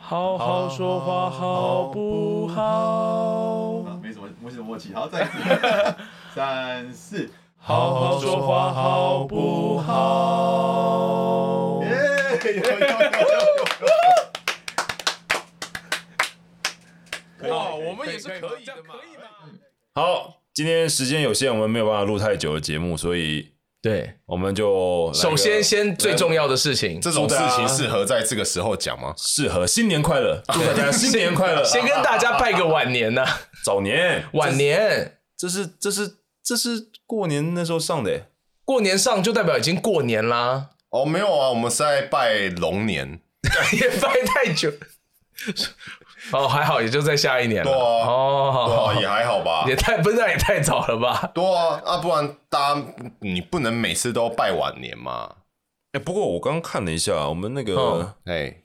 好好说话好不好？啊，没什么，没什么默契。好，再一次， 三四，好好说话好不好？耶！有有有有有。哇，我们也是可以的嘛。好，今天时间有限，我们没有办法录太久的节目，所以对，我们就来个首先先最重要的事情，这种事情适合在这个时候讲吗？适合新年 快乐，祝大家新年快乐，先跟大家拜个晚年呐，早年， 晚年。这是这是这是过年那时候上的耶，过年上就代表已经过年啦，哦，没有啊，我们是在拜龙年。也拜太久。哦，还好，也就在下一年了。对啊哦，好对好啊，也还好吧也。太不是那也太早了吧？对啊，啊，不然大家你不能每次都拜晚年嘛。哎，不过我刚看了一下，我们那嗯个哎，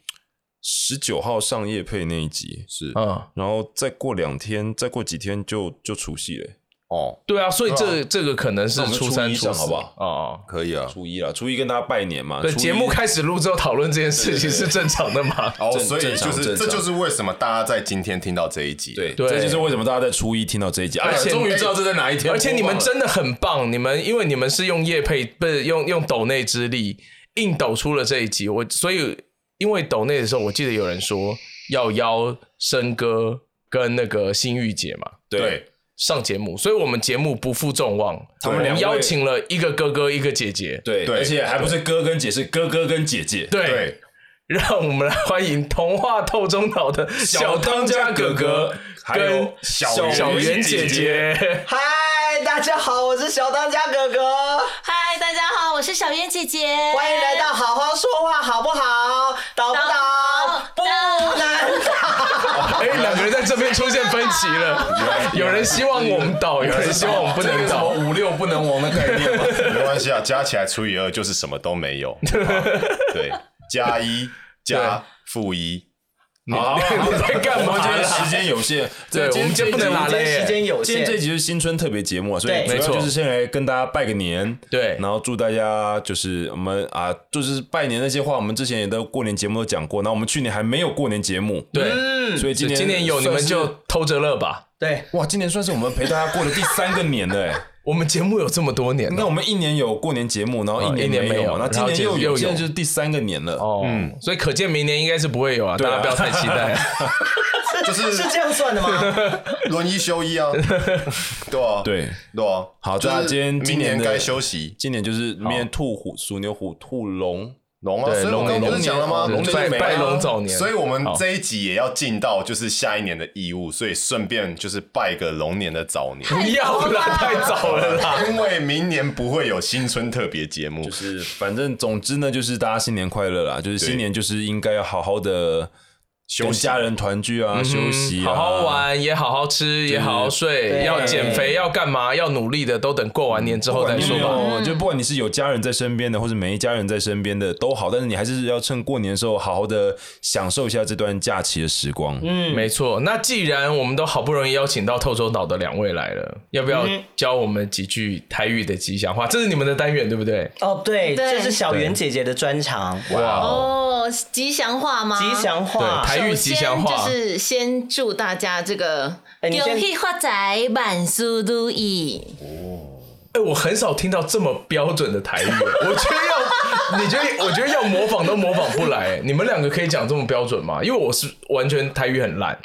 十九号上夜配那一集是，嗯，然后再过两天，再过几天就就除夕了耶，哦，对啊，所以这这个可能是那我们初三初一初上四，好不好哦，可以啊。初一了，初一跟大家拜年嘛，对，初一节目开始录之后讨论这件事情是正常的嘛？哦，正所以正常就是正这常就是为什么大家在今天听到这一集。啊对，对这就是为什么大家在初一听到这一集，哎呀而且终于知道这在哪一天播而放了，且你们真的很棒，你们因为你们是用业配，不是用用抖内之力硬抖出了这一集，我所以因为抖内的时候，我记得有人说要邀生哥跟那个新玉姐嘛对对。上节目，所以我们节目不负众望，他们我两位邀请了一个哥哥一个姐姐，对，对而且还不是哥跟姐，是哥哥跟姐姐。对。对，让我们来欢迎童话透中岛的小当家哥哥还跟有小小圆圆姐姐姐。嗨，大家好，我是小当家哥哥，嗨，大家好，我是小燕姐姐，欢迎来到好好说话，好不好？倒不倒？不能倒。哎，两个人在这边出现分歧了，有人希望我们倒，有人希望我们不能倒。五六不能亡的概念吗？ 没关系啊，加起来除以二就是什么都没有。好吧对，加一加负一，你好，你 在干我嘛们 今天时啦？间有限，对这我们今天不能拉这一集嘞时间有今天限这，集是新春特别节目啊，所以对主要没错就是先来跟大家拜个年，对然后祝大家就是我们啊，就是拜年那些话，我们之前也都过年节目都讲过，那我们去年还没有过年节目，，嗯对，所以今年今年有你们算是就偷着乐吧。对，哇，今年算是我们陪大家过的第三个年了，哎， 我们节目有这么多年你看了我们一年有过年节目，然后哦一一年年没有有嘛，那然今后年今又又有有，现在就是第三个年了。哦，所以可见明年应该是不会有啊，大啊家不要太期 待。就是是这样算 的吗？轮一休一啊。对啊，对，对啊。好就大是家今天今明年年的该休息。今年就是明年兔虎鼠牛虎兔龙，龙啊，对所以我刚刚龙不是讲了吗？龙龙年拜年就没了拜啊龙早年所以我们这一集也要尽到就是下一年的义务，所以顺便就是拜个龙年的早 年。不要啦，太早了啦。因为明年不会有新春特别节目就，是反正总之呢，就是大家新年快乐啦！就是新对年就是应该要好好的休休息家人团聚啊，休息、啊，好好。玩，也好好吃，也好好睡，对要减肥，要干嘛，要努力的，都等过完年之不后管再你有说没吧。有，就不管你是有家人在身边的，或者没家人在身边的都好，但是你还是要趁过年的时候好好的享受一下这段假期的时光。嗯，没错，那既然我们都好不容易邀请到透州岛的两位来了，要不要教我们几句台语的吉祥话？这是你们的单元对不对？哦，对，对这是小圆姐姐的专长，哦，吉祥话吗？吉祥话对。台语吉祥话首先就是先祝大家这个哎你先恭喜发财，万事如意。哎，我很少听到这么标准的台语，我觉得要，你觉得我觉得要模仿都模仿不来。 你们两个可以讲这么标准吗？因为我是完全台语很烂。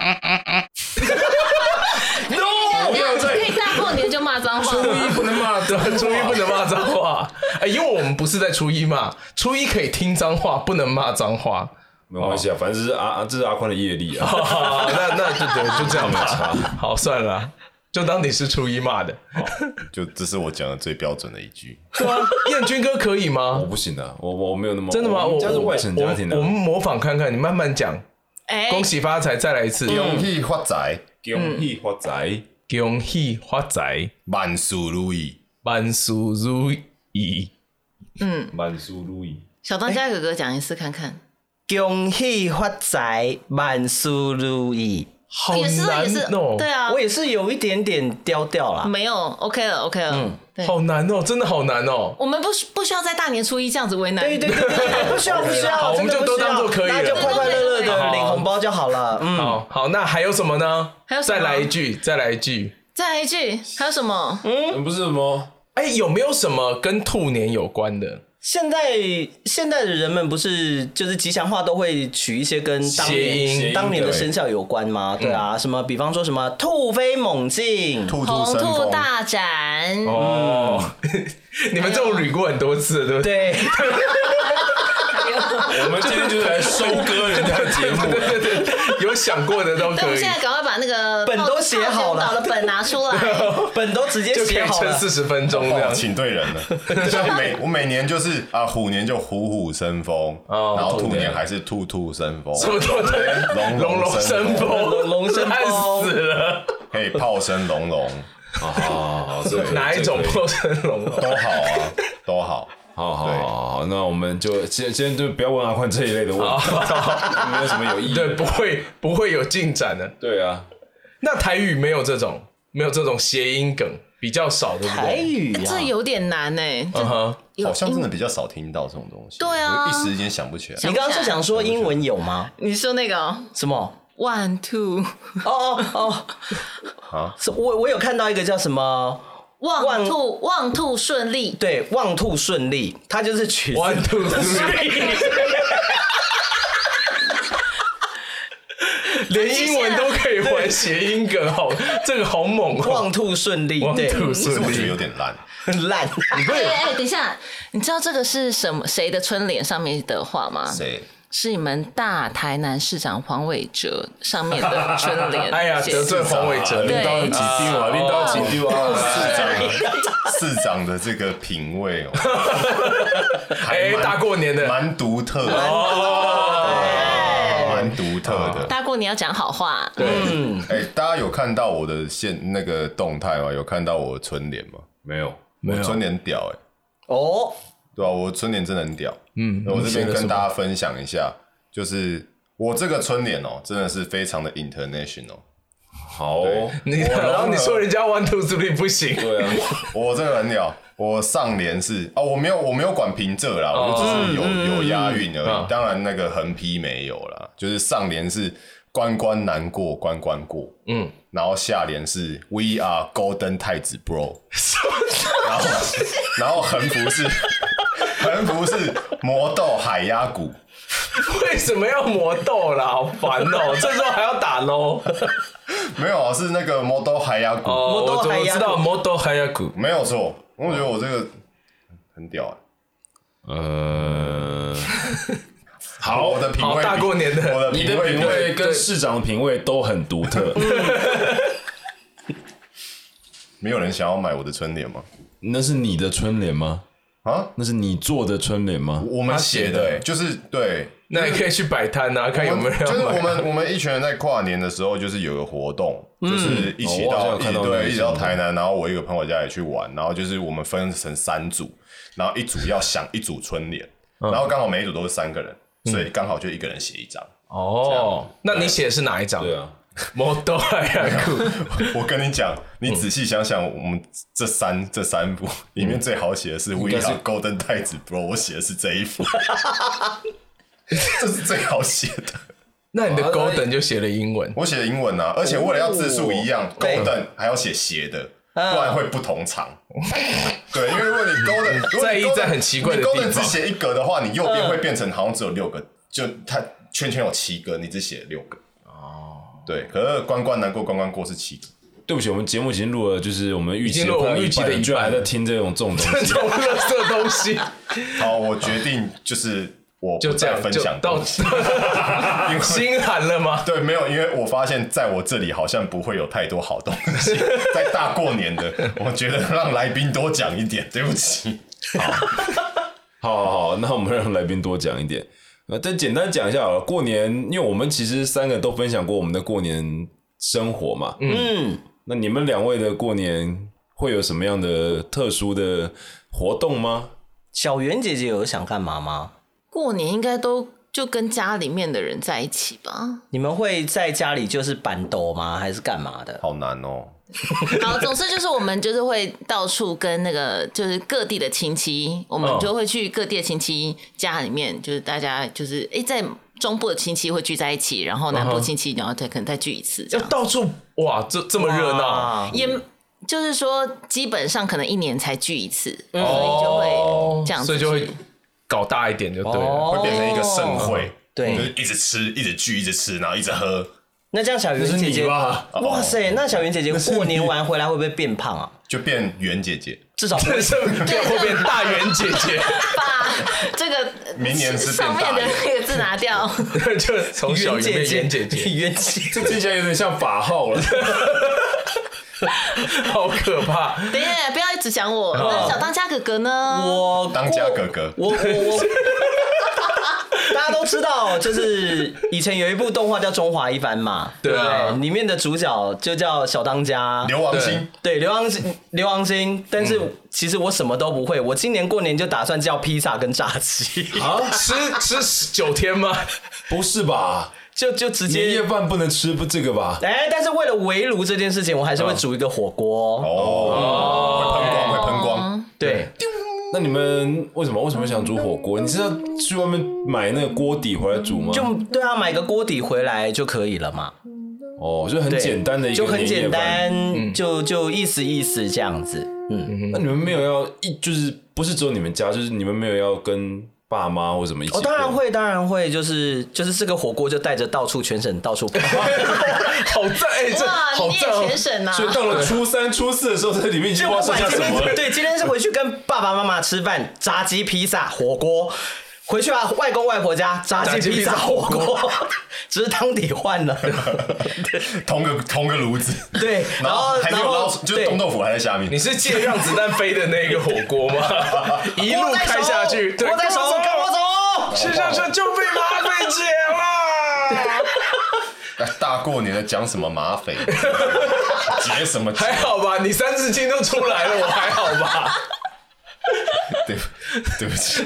no，不要可以大过年就骂脏话吗？不能骂脏话，初一不能骂脏话。哎，因为我们不是在初一嘛，初一可以听脏话，不能骂脏话。没关系啊，反正这是阿阿这是阿宽的业力啊。哦那那就对，就这样吧。好，算了，就当你是初一骂的。就这是我讲的最标准的一句。对啊，彦君哥可以我吗？不行的，我我我没有那么真的吗？我我家是外省家庭的啊我我，们模仿看看，你慢慢讲。哎，嗯恭喜发财，再来一次。恭喜发财，恭喜发财，恭喜发财，万事如意。万事如意。满书如意。小当家哥哥讲一次看看。恭喜发财，万事如意。好也是啊也难是哦，对啊嗯我，也是有一点点雕掉啦。没有 OK 了 OK 了，对，好难哦，真的好难哦。我们不需不需要在大年初一这样子为难，对对对对，不需要不需 好要，我们真的就都不需要当做可以了大家就快快乐乐好好的好领红包就好了。嗯，好好，那还有什么呢？还有什么再来一句，再来一句。再来一句，还有什么？嗯不是什么哎，有没有什么跟兔年有关的现在现在的人们不是就是吉祥话都会取一些跟当谐音谐年音嗯当年的对生肖有关吗？对啊，什么比方说什么突飞猛进，兔兔红生兔风，大展，哦？哎你们这种捋过很多次了，对不 对？对，我们今天就是来收割人家的节 目，对对对，有想过的都 对，我可们以现，在赶快把那个本都写好了啊套圈岛的本拿出来。本都直接 就可写以好撑了。四十分钟这哇，样。 请对人了。我每我每年就是啊，虎年就虎虎生风，哦然后兔兔年年还是兔兔生风，什么都龙龙龙生生风，风，龙龙生 风烂死了，可以炮声隆隆，好，哦这个哪一种这个破生龙龙？都好啊，都好。好好好好，那我们就今今天就不要问阿宽这一类的问题， 没有什么有意 义对，的。不会不会有进展的。对啊，那台语没有这种，没有这种谐音梗，比较少，对不台对？语啊这，有点难哎、嗯哼，有好像真的比较少听到这种东西，对啊我一时间想不起来。你刚刚是想说英文有吗？你说那个哦什么？ one two 哦哦哦！啊是我我有看到一个叫什么？望兔望兔顺利，对，望兔顺利，他就是取 one two three，连英文都可以玩谐音梗，好，这个好猛哦望兔顺利， ，one 对， two 可是我觉得顺有利，点烂，很烂。哎哎、哎等一下，你知道这个是什么谁的春联上面的话吗？谁？是你们大台南市长黄伟哲上面的春联。哎呀，得罪黄伟哲，对领导很紧丢啊，领导很紧丢啊，哦市长市长的这个品味哦，还哎，蛮大过年的，蛮独特的，哦蛮独特的。大过年要讲好话，对，哎，大家有看到我的现那个动态吗？有看到我的春联吗？没有。我春联屌哎，哦，对啊，我春联真的很屌。嗯那我这边跟大家分享一下，就是我这个春联哦，真的是非常的 international。好哦，对你然后你说人家 one two three 不行，对啊，我这个很屌，我上联是哦，我没有我没有管平仄啦，我就只是有、有押韵而已。哦嗯当然那个横批没有啦，就是上联是关关难过关关过，嗯嗯，然后下联是 We are golden 太子 bro，然后然后横幅是 横幅是魔豆海鸭骨，为什么要磨豆啦？好烦哦，这时候还要打 l 没有啊，是那个魔豆海鸭骨，哦，豆我怎海么鸭知道磨豆还要鼓？没有错。我觉得我这个很屌、欸，呃，好，我的品好味比，大过年的我的 你的味品比味跟市长的品味都很独特。 没有人想要买我的春联吗？那是你的春联吗？啊，那是你做的春联吗？我们写的、欸就是对，那你可以去摆摊啊，哎看有我没有们人就是要我买。们我们一群人在跨年的时候，就是有个活动，就是一起哦我好像有到一看起到那个对一起新到闻台南，然后我一个朋友家也去玩，然后就是我们分成三组，然后一组要想一组春联，嗯然后刚好每一组都是三个人，所以刚好就一个人写一张。 哦，那你写的是哪一张？对，啊，摩豆海呀 酷，我跟你讲，嗯你仔细想想，我们这三这三幅里嗯面最好写的是 We 该是 Are Golden 太子 Bro，我写的是这一幅， 这是最好写的。那你的 Golden 就写了英文。我写的英文啊，而且为了要字数一哦样、g 对 o l d e n 还要写斜的，不啊然会不同长。 对，因为 如果你 Golden 如果在你 Golden 意在很奇怪的地方嗯你 Golden 只写一格的话，你右边会变成好像只有六个，就它圈圈有七个，你只写了六个。哦，对，可是关关难过关关过是七个。对不起，我们节目已经录了，就是我们预已期经录了快我们预期的一半你居然还在听这种这种东这西。种垃圾东西，好，我决定就是我 就不这再样分就享到东西。啊心寒了吗？对，没有，因为我发现在我这里好像不会有太多好东 西，在大过年的，我觉得让来宾多讲一点，对不起。好好好，那我们让来宾多讲一点。呃，再简单讲一下好了，过年，因为我们其实三个都分享过我们的过年生活嘛。嗯，那你们两位的过年会有什么样的特殊的活动吗？小圆姐姐有想干嘛吗？过年应该都就跟家里面的人在一起吧。你们会在家里就是板斗吗？还是干嘛的？好难哦。 好，总之就是我们就是会到处跟那个就是各地的亲戚，我们嗯就会去各地的亲戚家里面，就是大家就是诶、在中部的亲戚会聚在一起，然后南部亲戚然后再可能再聚一次这要样，到处哇，这这么热闹啊哇，也就是说基本上可能一年才聚一次，嗯所以就哦会这样子所以去，就会搞大一点就对 了。哦会变成一个盛会，对就是一直吃，一直聚，一直吃，然后一直喝，那这样小这圆是姐你姐，吧？哦哇塞，那小圆姐姐过年完回来会不会变胖啊？就变袁姐姐。至少不会但是对后面大圆姐姐把这个明年是变上面大的人那个字拿掉。 就从小圆圆姐变姐，圆姐姐， 圆姐姐，这听起来有点像法号了。好可怕。等一下，不要一直想我。那小当家哥哥呢？我 当家哥哥我我我，大家都知道，就是以前有一部动画叫《中华一番》嘛，对啊不里面的主角就叫小当家。刘王星，对刘昂星，刘昂星，但嗯是其实我什么都不会。我今年过年就打算叫披萨跟炸鸡， 啊，吃吃九天吗？不是吧？就就直年夜接。饭不能吃不这个吧？哎，但是为了围炉这件事情，我还是会煮一个火锅。哦哦，会喷光，会喷光，对，那你们为什么为什么想煮火锅？你是要去外面买那个锅底回来煮吗？就对啊，买个锅底回来就可以了嘛。哦，就很对简单的一个就很年夜简饭。嗯单，就就意思意思这样子。嗯，那你们没有要一就是不是只有你们家，就是你们没有要跟爸妈或什么一起？哦，当然。会，当然会，就是就是这个火锅就带着到处全省到处跑。 好赞哎，这哇，好你也啊赞哦全啊省呐！所以到了初三、初四的时候， 这里面已经不知道剩下什 么了。对，今天是回去跟爸爸妈妈吃饭，炸鸡、披萨、火锅。回去啊，外公外婆家炸炸鸡、鸡披萨、披萨火 锅，只是汤底换了。同个同个炉子，对，然然后后还没然有捞后出，就是对冻豆腐还在下面你。是借让子弹飞的那个火锅吗？ 一路开下去，对锅在手，跟我走。吃上上就被麻烦姐了。 哎 大过年的讲什么马匪，结什么结？还好吧，你三字经都出来了，我还好 吧？对对不起，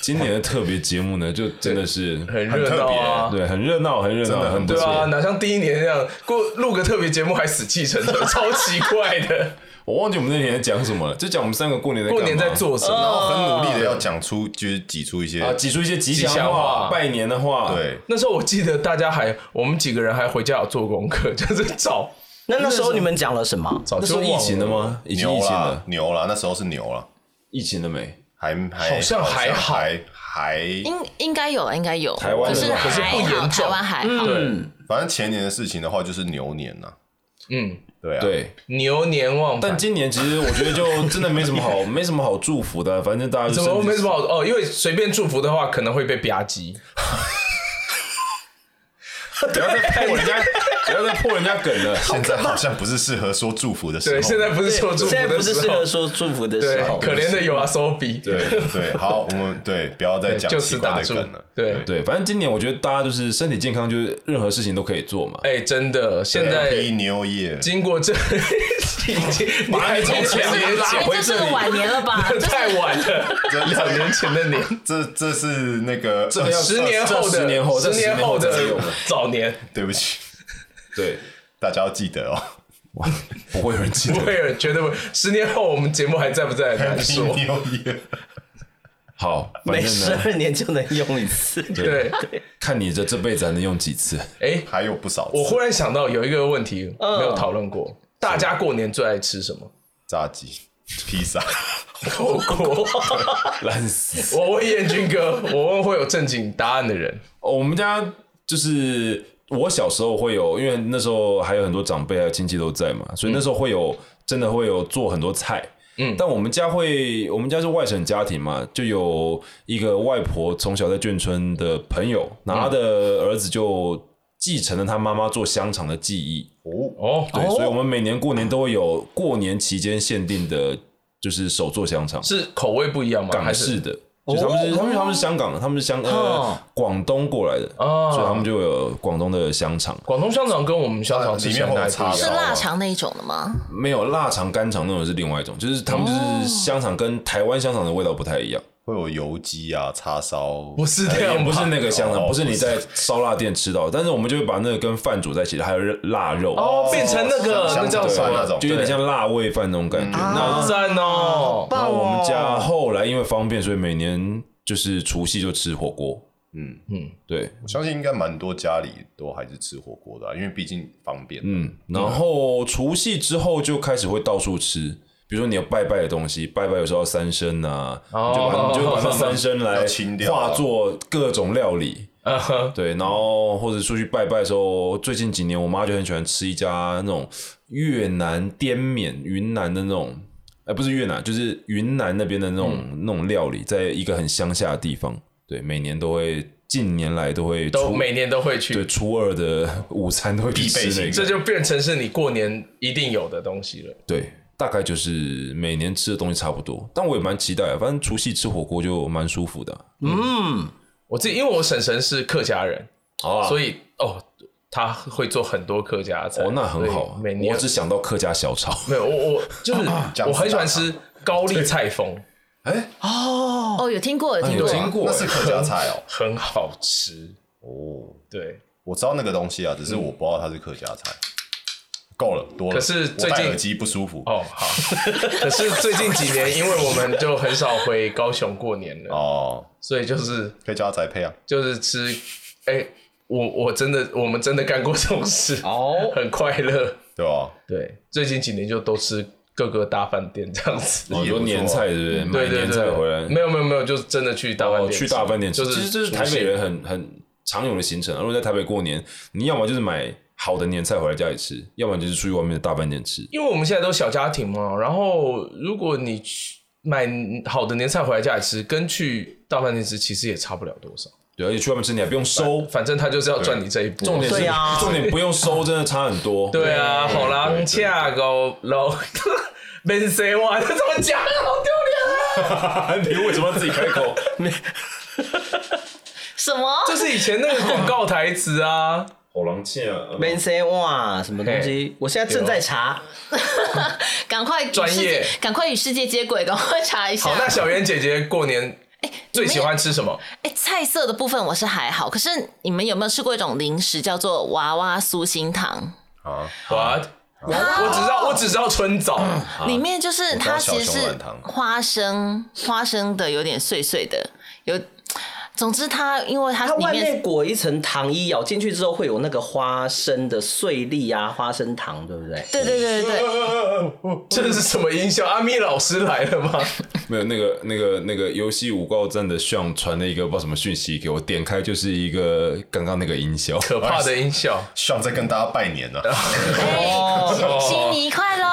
今年的特别节目呢，就真的是很热闹啊，对，很热闹，很热闹，很不对啊，错。哪像第一年那样过录个特别节目还死气沉沉， 超奇怪的。我忘记我们那年在讲什么了，就讲我们三个过年在过年干在嘛做什么？嗯然后很努力的要讲出，就是挤出一些啊，挤出一些吉吉祥祥话话、拜年的话，对，那时候我记得大家还我们几个人还回家有做功课，就是找那那时候你们讲了什么？找那时就候疫忘情了了吗？已经牛疫情啦了，牛啦，那时候是牛啦，疫情了没？还还好像还好还还，应应该有，应该有。台湾可的是话还可是不好，严重嗯台湾还好。对，反正前年的事情的话，就是牛年呐，嗯，对啊，对，牛年旺但但今年其实我觉得就真的没什么好，没什么好祝福的，反正大家就怎么身体没什么好哦？因为随便祝福的话，可能会被吧唧。不要再破人家，不要再破人家梗了。现在好像不是适合说祝福的时候，对，现在不是说祝福现在的不是时适合候，说祝福的时对候，。可怜的有啊，手比对对对，好，我们对不要再讲就奇此怪打的住梗了，。对，对，反正今年我觉得大家就是身体健康，就是任何事情都可以做嘛。哎，真的，现在 Happy New Year，经过这 已经，你还从前年哎讲回这这是个里，晚年 了吧？这是太晚了，两年前的年，这这是那个个要十年后的，这十年后十年后这十年的后的早年， 对不起， 对，大家要记得哦。不会有人记不得。会有人觉得不，十年后我们节目还在不在很难 Happy 说。 New Year， 好，反每正十呢，二年就能用一次。 对，看你这这辈子还能用几次。哎， 还有不少次我忽然想到有一个问题没有讨论过，大家过年最爱吃什么？炸鸡、披萨， 火锅。 烂 死。我问彦君哥，我问会有正经答案的人。哦我们家就是我小时候会有，因为那时候还有很多长辈还有亲戚都在嘛，所以那时候会有、真的会有做很多菜。嗯，但我们家会，我们家是外省家庭嘛，就有一个外婆从小在眷村的朋友，然后她的儿子就继承了他妈妈做香肠的技艺。哦，对，所以我们每年过年都会有过年期间限定的，就是手做香肠。是口味不一样吗？港还是式的，就是他们是他们他们是香港的，他们是香呃广东过来的，哦所以他们就有广东的香肠，广东香肠跟我们香肠吃起来里面会有哪里不一样叉是烧腊肠那一种的吗？没有腊肠、干肠那种是另外一种，就是他们就是香肠跟台湾香肠的味道不太一样。会有油鸡啊、叉烧，不是这哎也样吧，不是那个香肠，哦不是你在烧腊店吃到，但是我们就会把那个跟饭煮在一起，还有腊肉，哦，变成那个香那叫对什蒜么啊那？种就有点像腊味饭那种感觉。好赞哦！然后我们家后来因为方便，所以每年就是除夕就吃火锅。嗯，对，我相信应该蛮多家里都还是吃火锅的啊、因为毕竟方便。嗯，然后除夕之后就开始会到处吃，比如说你有拜拜的东西，拜拜有时候要三牲啊，哦你就把你就把那三牲来 要清掉啊化作各种料理。嗯对，然后或者出去拜拜的时候，最近几年我妈就很喜欢吃一家那种越南滇缅云南的那种，哎、不是越南，就是云南那边的那种、嗯那种料理，在一个很乡下的地方，对，每年都会，近年来都会都初每年都会对去，初二的 午餐都会去吃那个，这就变成是你过年一定有的东西了。对，大概就是每年吃的东西差不多，但我也蛮期待啊的。反正除夕吃火锅就蛮舒服的啊。我自己因为我婶婶是客家人，所以哦，她会做很多客家菜。哦，那很好所啊以每。年我只想到客家 小炒，没有我我就是我很喜欢吃高丽菜风，哦，有听过，有听哎有啊过，听过那是欸？客家 菜哦。很好吃。哦，对，我知道那个东西啊，只是我不知道它是客家菜。够了，多了。可是最近我戴耳机不舒服。哦好。 可是最近几年，因为我们就很少回高雄过年了，哦，所以就是客家菜配啊，就是吃，哎、我我真的我们真的干过这种事，哦， 很快乐。对吧？对，最近几年就都吃各个大饭店这样子。很也多不错啊年菜，对不对？对买对年菜对，回来，没有没有没有，就是真的去大饭哦，店吃，去大饭店吃，就是其实这是台北人很很常有的行程啊。如果在台北过年，你要么就是买好的年菜回来家里吃，要不然就是出去外面的大饭店吃。因为我们现在都小家庭嘛，然后如果你去买好的年菜回来家里吃，跟去大饭店吃其实也差不了多少，对，而且去外面吃你还不用收，反正他就是要赚你这一波。重点是对啊重点不用收，真的差很多。 对啊，好狼恰狗楼， 没谁 哇，这怎么讲？好丢脸啊！ 你为什么要自己开口？什么？ 这是以前那个广告台词啊，好狼气啊！没 say 哇，什么东西？我现在正在查， 赶快与专世业界，赶快与世界接轨，赶快查一下。 好，那小圆姐姐过年最喜欢吃什 么？哎，菜色的部分我是还好，可是你们有没有吃过一种零食叫做娃娃酥心糖？我我我只知道我只知道春 枣，里面就是知道它其小实熊是软糖花生，花生的有点碎碎的，有。总之它，因为它它里外面面裹一层糖衣，咬进去之后会有那个花生的碎粒啊，花生糖，对不对？对对对对对，这是什么音效？阿咪老师来了 吗？没有那个那个那个游戏五告站的上传了一个不知道什么讯息给我，点开就是一个刚刚那个音效，可怕的音效。像在跟大家拜 年呢。啊哎，哦新年快乐！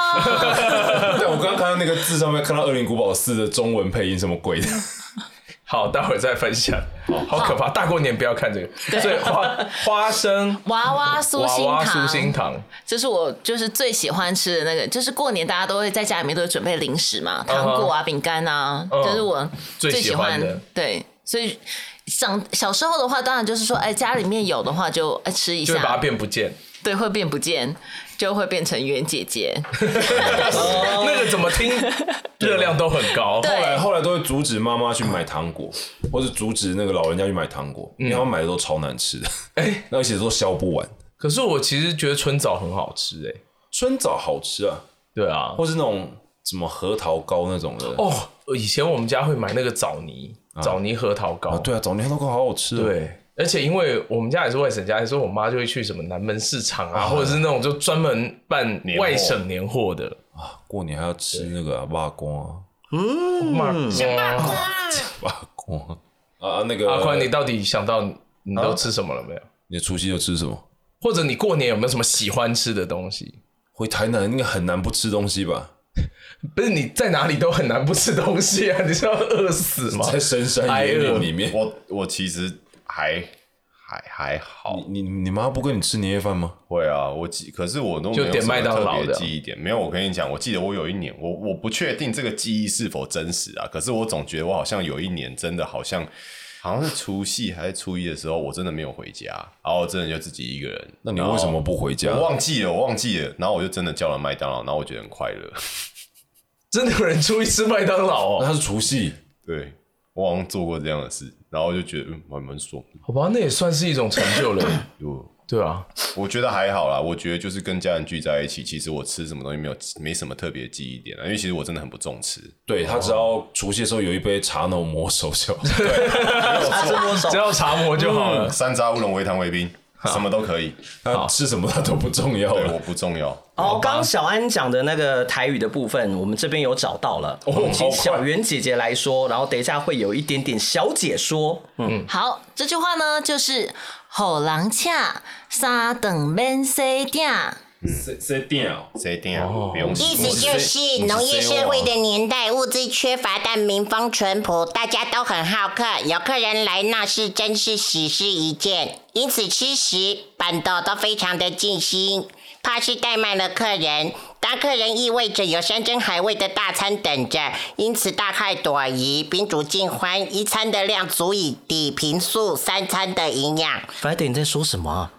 但我刚刚看到那个字上面看到《恶灵古堡四》的中文配音什么鬼的，好，待会儿再分享。好可怕，大过年不要看这个。所以花花生娃娃酥娃心娃糖，酥心糖，这是我就是最喜欢吃的那个，就是过年大家都会在家里面都会准备零食嘛，糖果啊、饼干啊，嗯这是我最喜喜欢欢的。对，所以长小时候的话，当然就是说，哎，家里面有的话就哎吃一就会把它下，变不见。对，会变不见，就会变成圆姐姐。 那个怎么听热量都很高。后来对，后来都会阻止妈妈去买糖果，或者阻止那个老人家去买糖果，因为他们买的都超难吃的， 哎，而且都消不完。可是我其实觉得春枣很好吃哎。春枣好吃啊，对啊。或是那种什么核桃糕那种的哦，以前我们家会买那个枣泥，枣泥核桃糕。啊，对啊，枣泥核桃糕好好吃哦。对，而且因为我们家也是外省家，所以我妈就会去什么南门市场啊，或者是那种就专门办年货外省年货的。啊，过年还要吃那个啊瓦光啊，妈呀！瓦光啊啊，那个阿宽，你到底想到你都吃什么了没有？你除夕又吃什么？或者你过年有没有什么喜欢吃的东西？回台南应该很难不吃东西吧？不是你在哪里都很难不吃东西啊，你是要饿死吗？在深山野 岭里面，我我其实还还还好，你你你妈不跟你吃年夜饭吗？会啊，我记，可是我都没就有点什么麦当劳特的别记忆点，没有。我跟你讲，我记得我有一年，我我不确定这个记忆是否真实啊，可是我总觉得我好像有一年真的好像。好像是除夕还是初一的时候，我真的没有回家，然后我真的就自己一个人。那你为什么不回家？我忘记了，我忘记了。然后我就真的叫了麦当劳，然后我觉得很快乐。 真的有人出去吃麦当劳那哦？他是除夕，对，我好像做过这样的事，然后就觉得嗯还蛮爽的。 好吧，那也算是一种成就 了，就对啊，我觉得还好啦，我觉得就是跟家人聚在一起，其实我吃什么东西没有没什么特别记忆点啊，因为其实我真的很不重吃。对他只要除夕的时候有一杯茶浓抹手就好，他这么手只，要茶魔就好嗯了。山楂乌龙、微糖、味冰，什么都可以，他吃什么他都不重要对，我了。不重要。哦，刚刚小安讲的那个台语的部分，我们这边有找到了。我们请小圆姐姐来说，然后等一下会有一点点小解说。嗯，好，这句话呢就是“好人请三顿免洗鼎谁谁店啊？谁定啊？哦不用意洗思就是农业社会的年代，物资缺乏，但民风淳朴，大家都很好客。有客人来，那是真是喜事一件。因此吃食板豆都非常的尽心，怕是怠慢了客人。当客人意味着有山珍海味的大餐等着，因此大快朵颐，宾主尽欢，一餐的量足以抵平素三餐的营养。 Friday 你在说什么啊？”，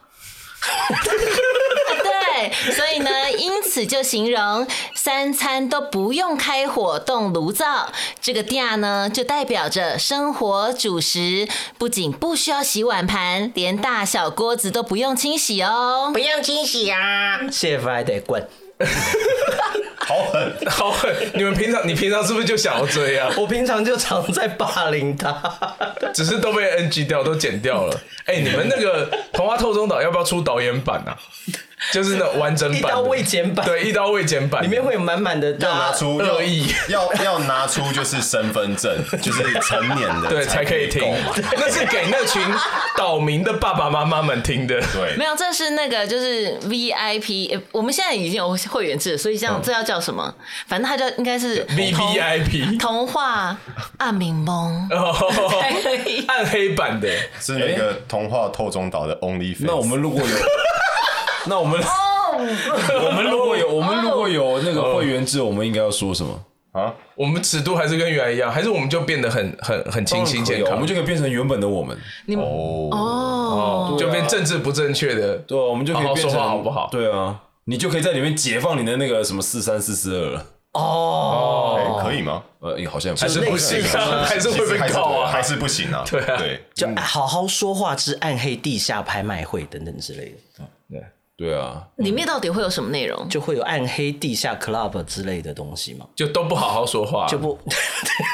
对，所以呢，因此就形容三餐都不用开火动炉灶，这个鼎呢就代表着生活主食，不仅不需要洗碗盘，连大小锅子都不用清洗哦不。用清洗啊！谢谢 Friday 滚。好狠，嗯好，你们平常你平常是不是就想要这样？ 我平常就常在霸凌 他。只是都被 NG 掉，都剪掉了。哎、你们那个《童话透中岛》要不要出导演版啊？就是那完整版的，一刀未剪版对，一刀未剪版里面会有满满的要大拿 出恶要意要要拿出就是身份证，就是成年的 对才可以听购买，那是给那群岛民的爸爸妈妈们听 的。对没，有，这是那个就是 VIP，呃我们现在已经有会员制了，所以这样、这要叫什么？反正它叫应该是 V V I P，童话暗明梦。才可以哦暗黑版的，是那个童话透中岛的 Only Face。那我们如果有，那我们 我们如果哦有我们如果有那个会员制，我们应该要说什么？啊，我们尺度还是跟原来一样，还是我们就变得很很很清新健康，我们就可以变成原本的我们。哦，哦，就变政治不正确的。对啊，我们就可以好好变成说话好不好对啊，你就可以在里面解放你的那个什么四三四四二了。哦，哎可以吗？呃，也好像还是不行类似什啊，么还是其会实被还是告啊还！是不行啊。对啊对，就好好说话之暗黑地下拍卖会等等之类的，对啊，里面到底会有什么内容？就会有暗黑地下 club 之类的东西嘛，就都不好好说话，就不，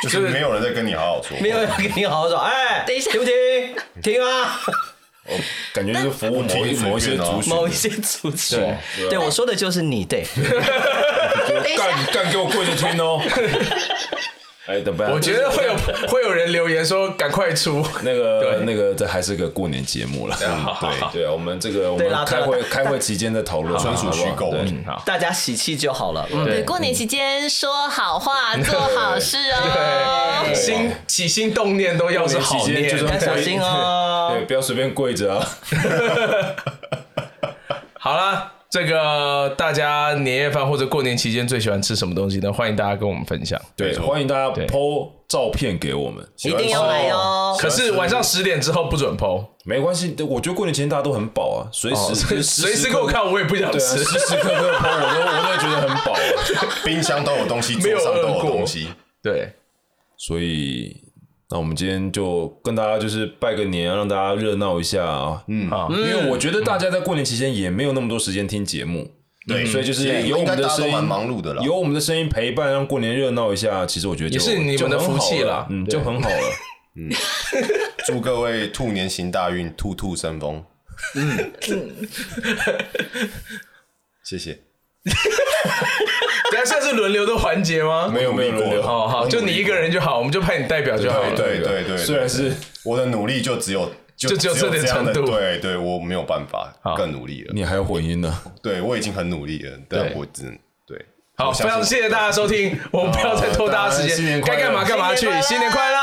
就是没有人在跟你好好说没有人给你好好说，哎，等一下听不听？听 啊，感觉就是服务某一但某一些族群某一些族群，对啊对我说的就是你，对，的，干干给我跪着听 哦。哎，等不下，我觉得会有会有人留言说赶快出， 那个那个，这还是个过年节目了。对对啊，我们这个我们拉扯开会开会期间在讨 论，纯属虚构对嗯 大家喜气就好了。嗯，对，过年期间说好 话，做好事哦。心起心动念都要是好过年念，期间就是要小心 哦。对，不要随便跪着啊。好啦，这个大家年夜饭或者过年期间最喜欢吃什么东西呢？欢迎大家跟我们分享。对，欢迎大家对 PO 照片给我们，一定要来哦！可是晚上十点之后不准剖，没关系。我觉得过年前大家都很饱啊，随时哦随时时给我看，我也不想对啊，吃时。时刻刻 PO 我都我都觉得很饱啊。冰箱都有东西，没有桌上都饿有过东西，对，所以，那我们今天就跟大家就是拜个年，让大家热闹一下啊。嗯，因为我觉得大家在过年期间也没有那么多时间听节目，对，所以就是有我应该们的大家声都音，蛮忙碌的啦。有我们的声音陪伴，让过年热闹一下。其实我觉得就也是你们的福气啦就很好嗯，对就很好了。祝各位兔年行大运，兔兔生风。嗯，谢谢。等一下现在是轮流的环节吗？哦没有没有没有没有好好，就你一个人就好，我们就派你代表就好了。对对对，虽然是我的努力就只有就就只有这点样的程度对对，我没有办法更努力了。你还有混音呢，对我已经很努力了，但对我只能对。好，我非相信常谢谢大家收听，我们不要再拖大家时好大家新间年，该快乐干嘛干嘛去，新年快乐！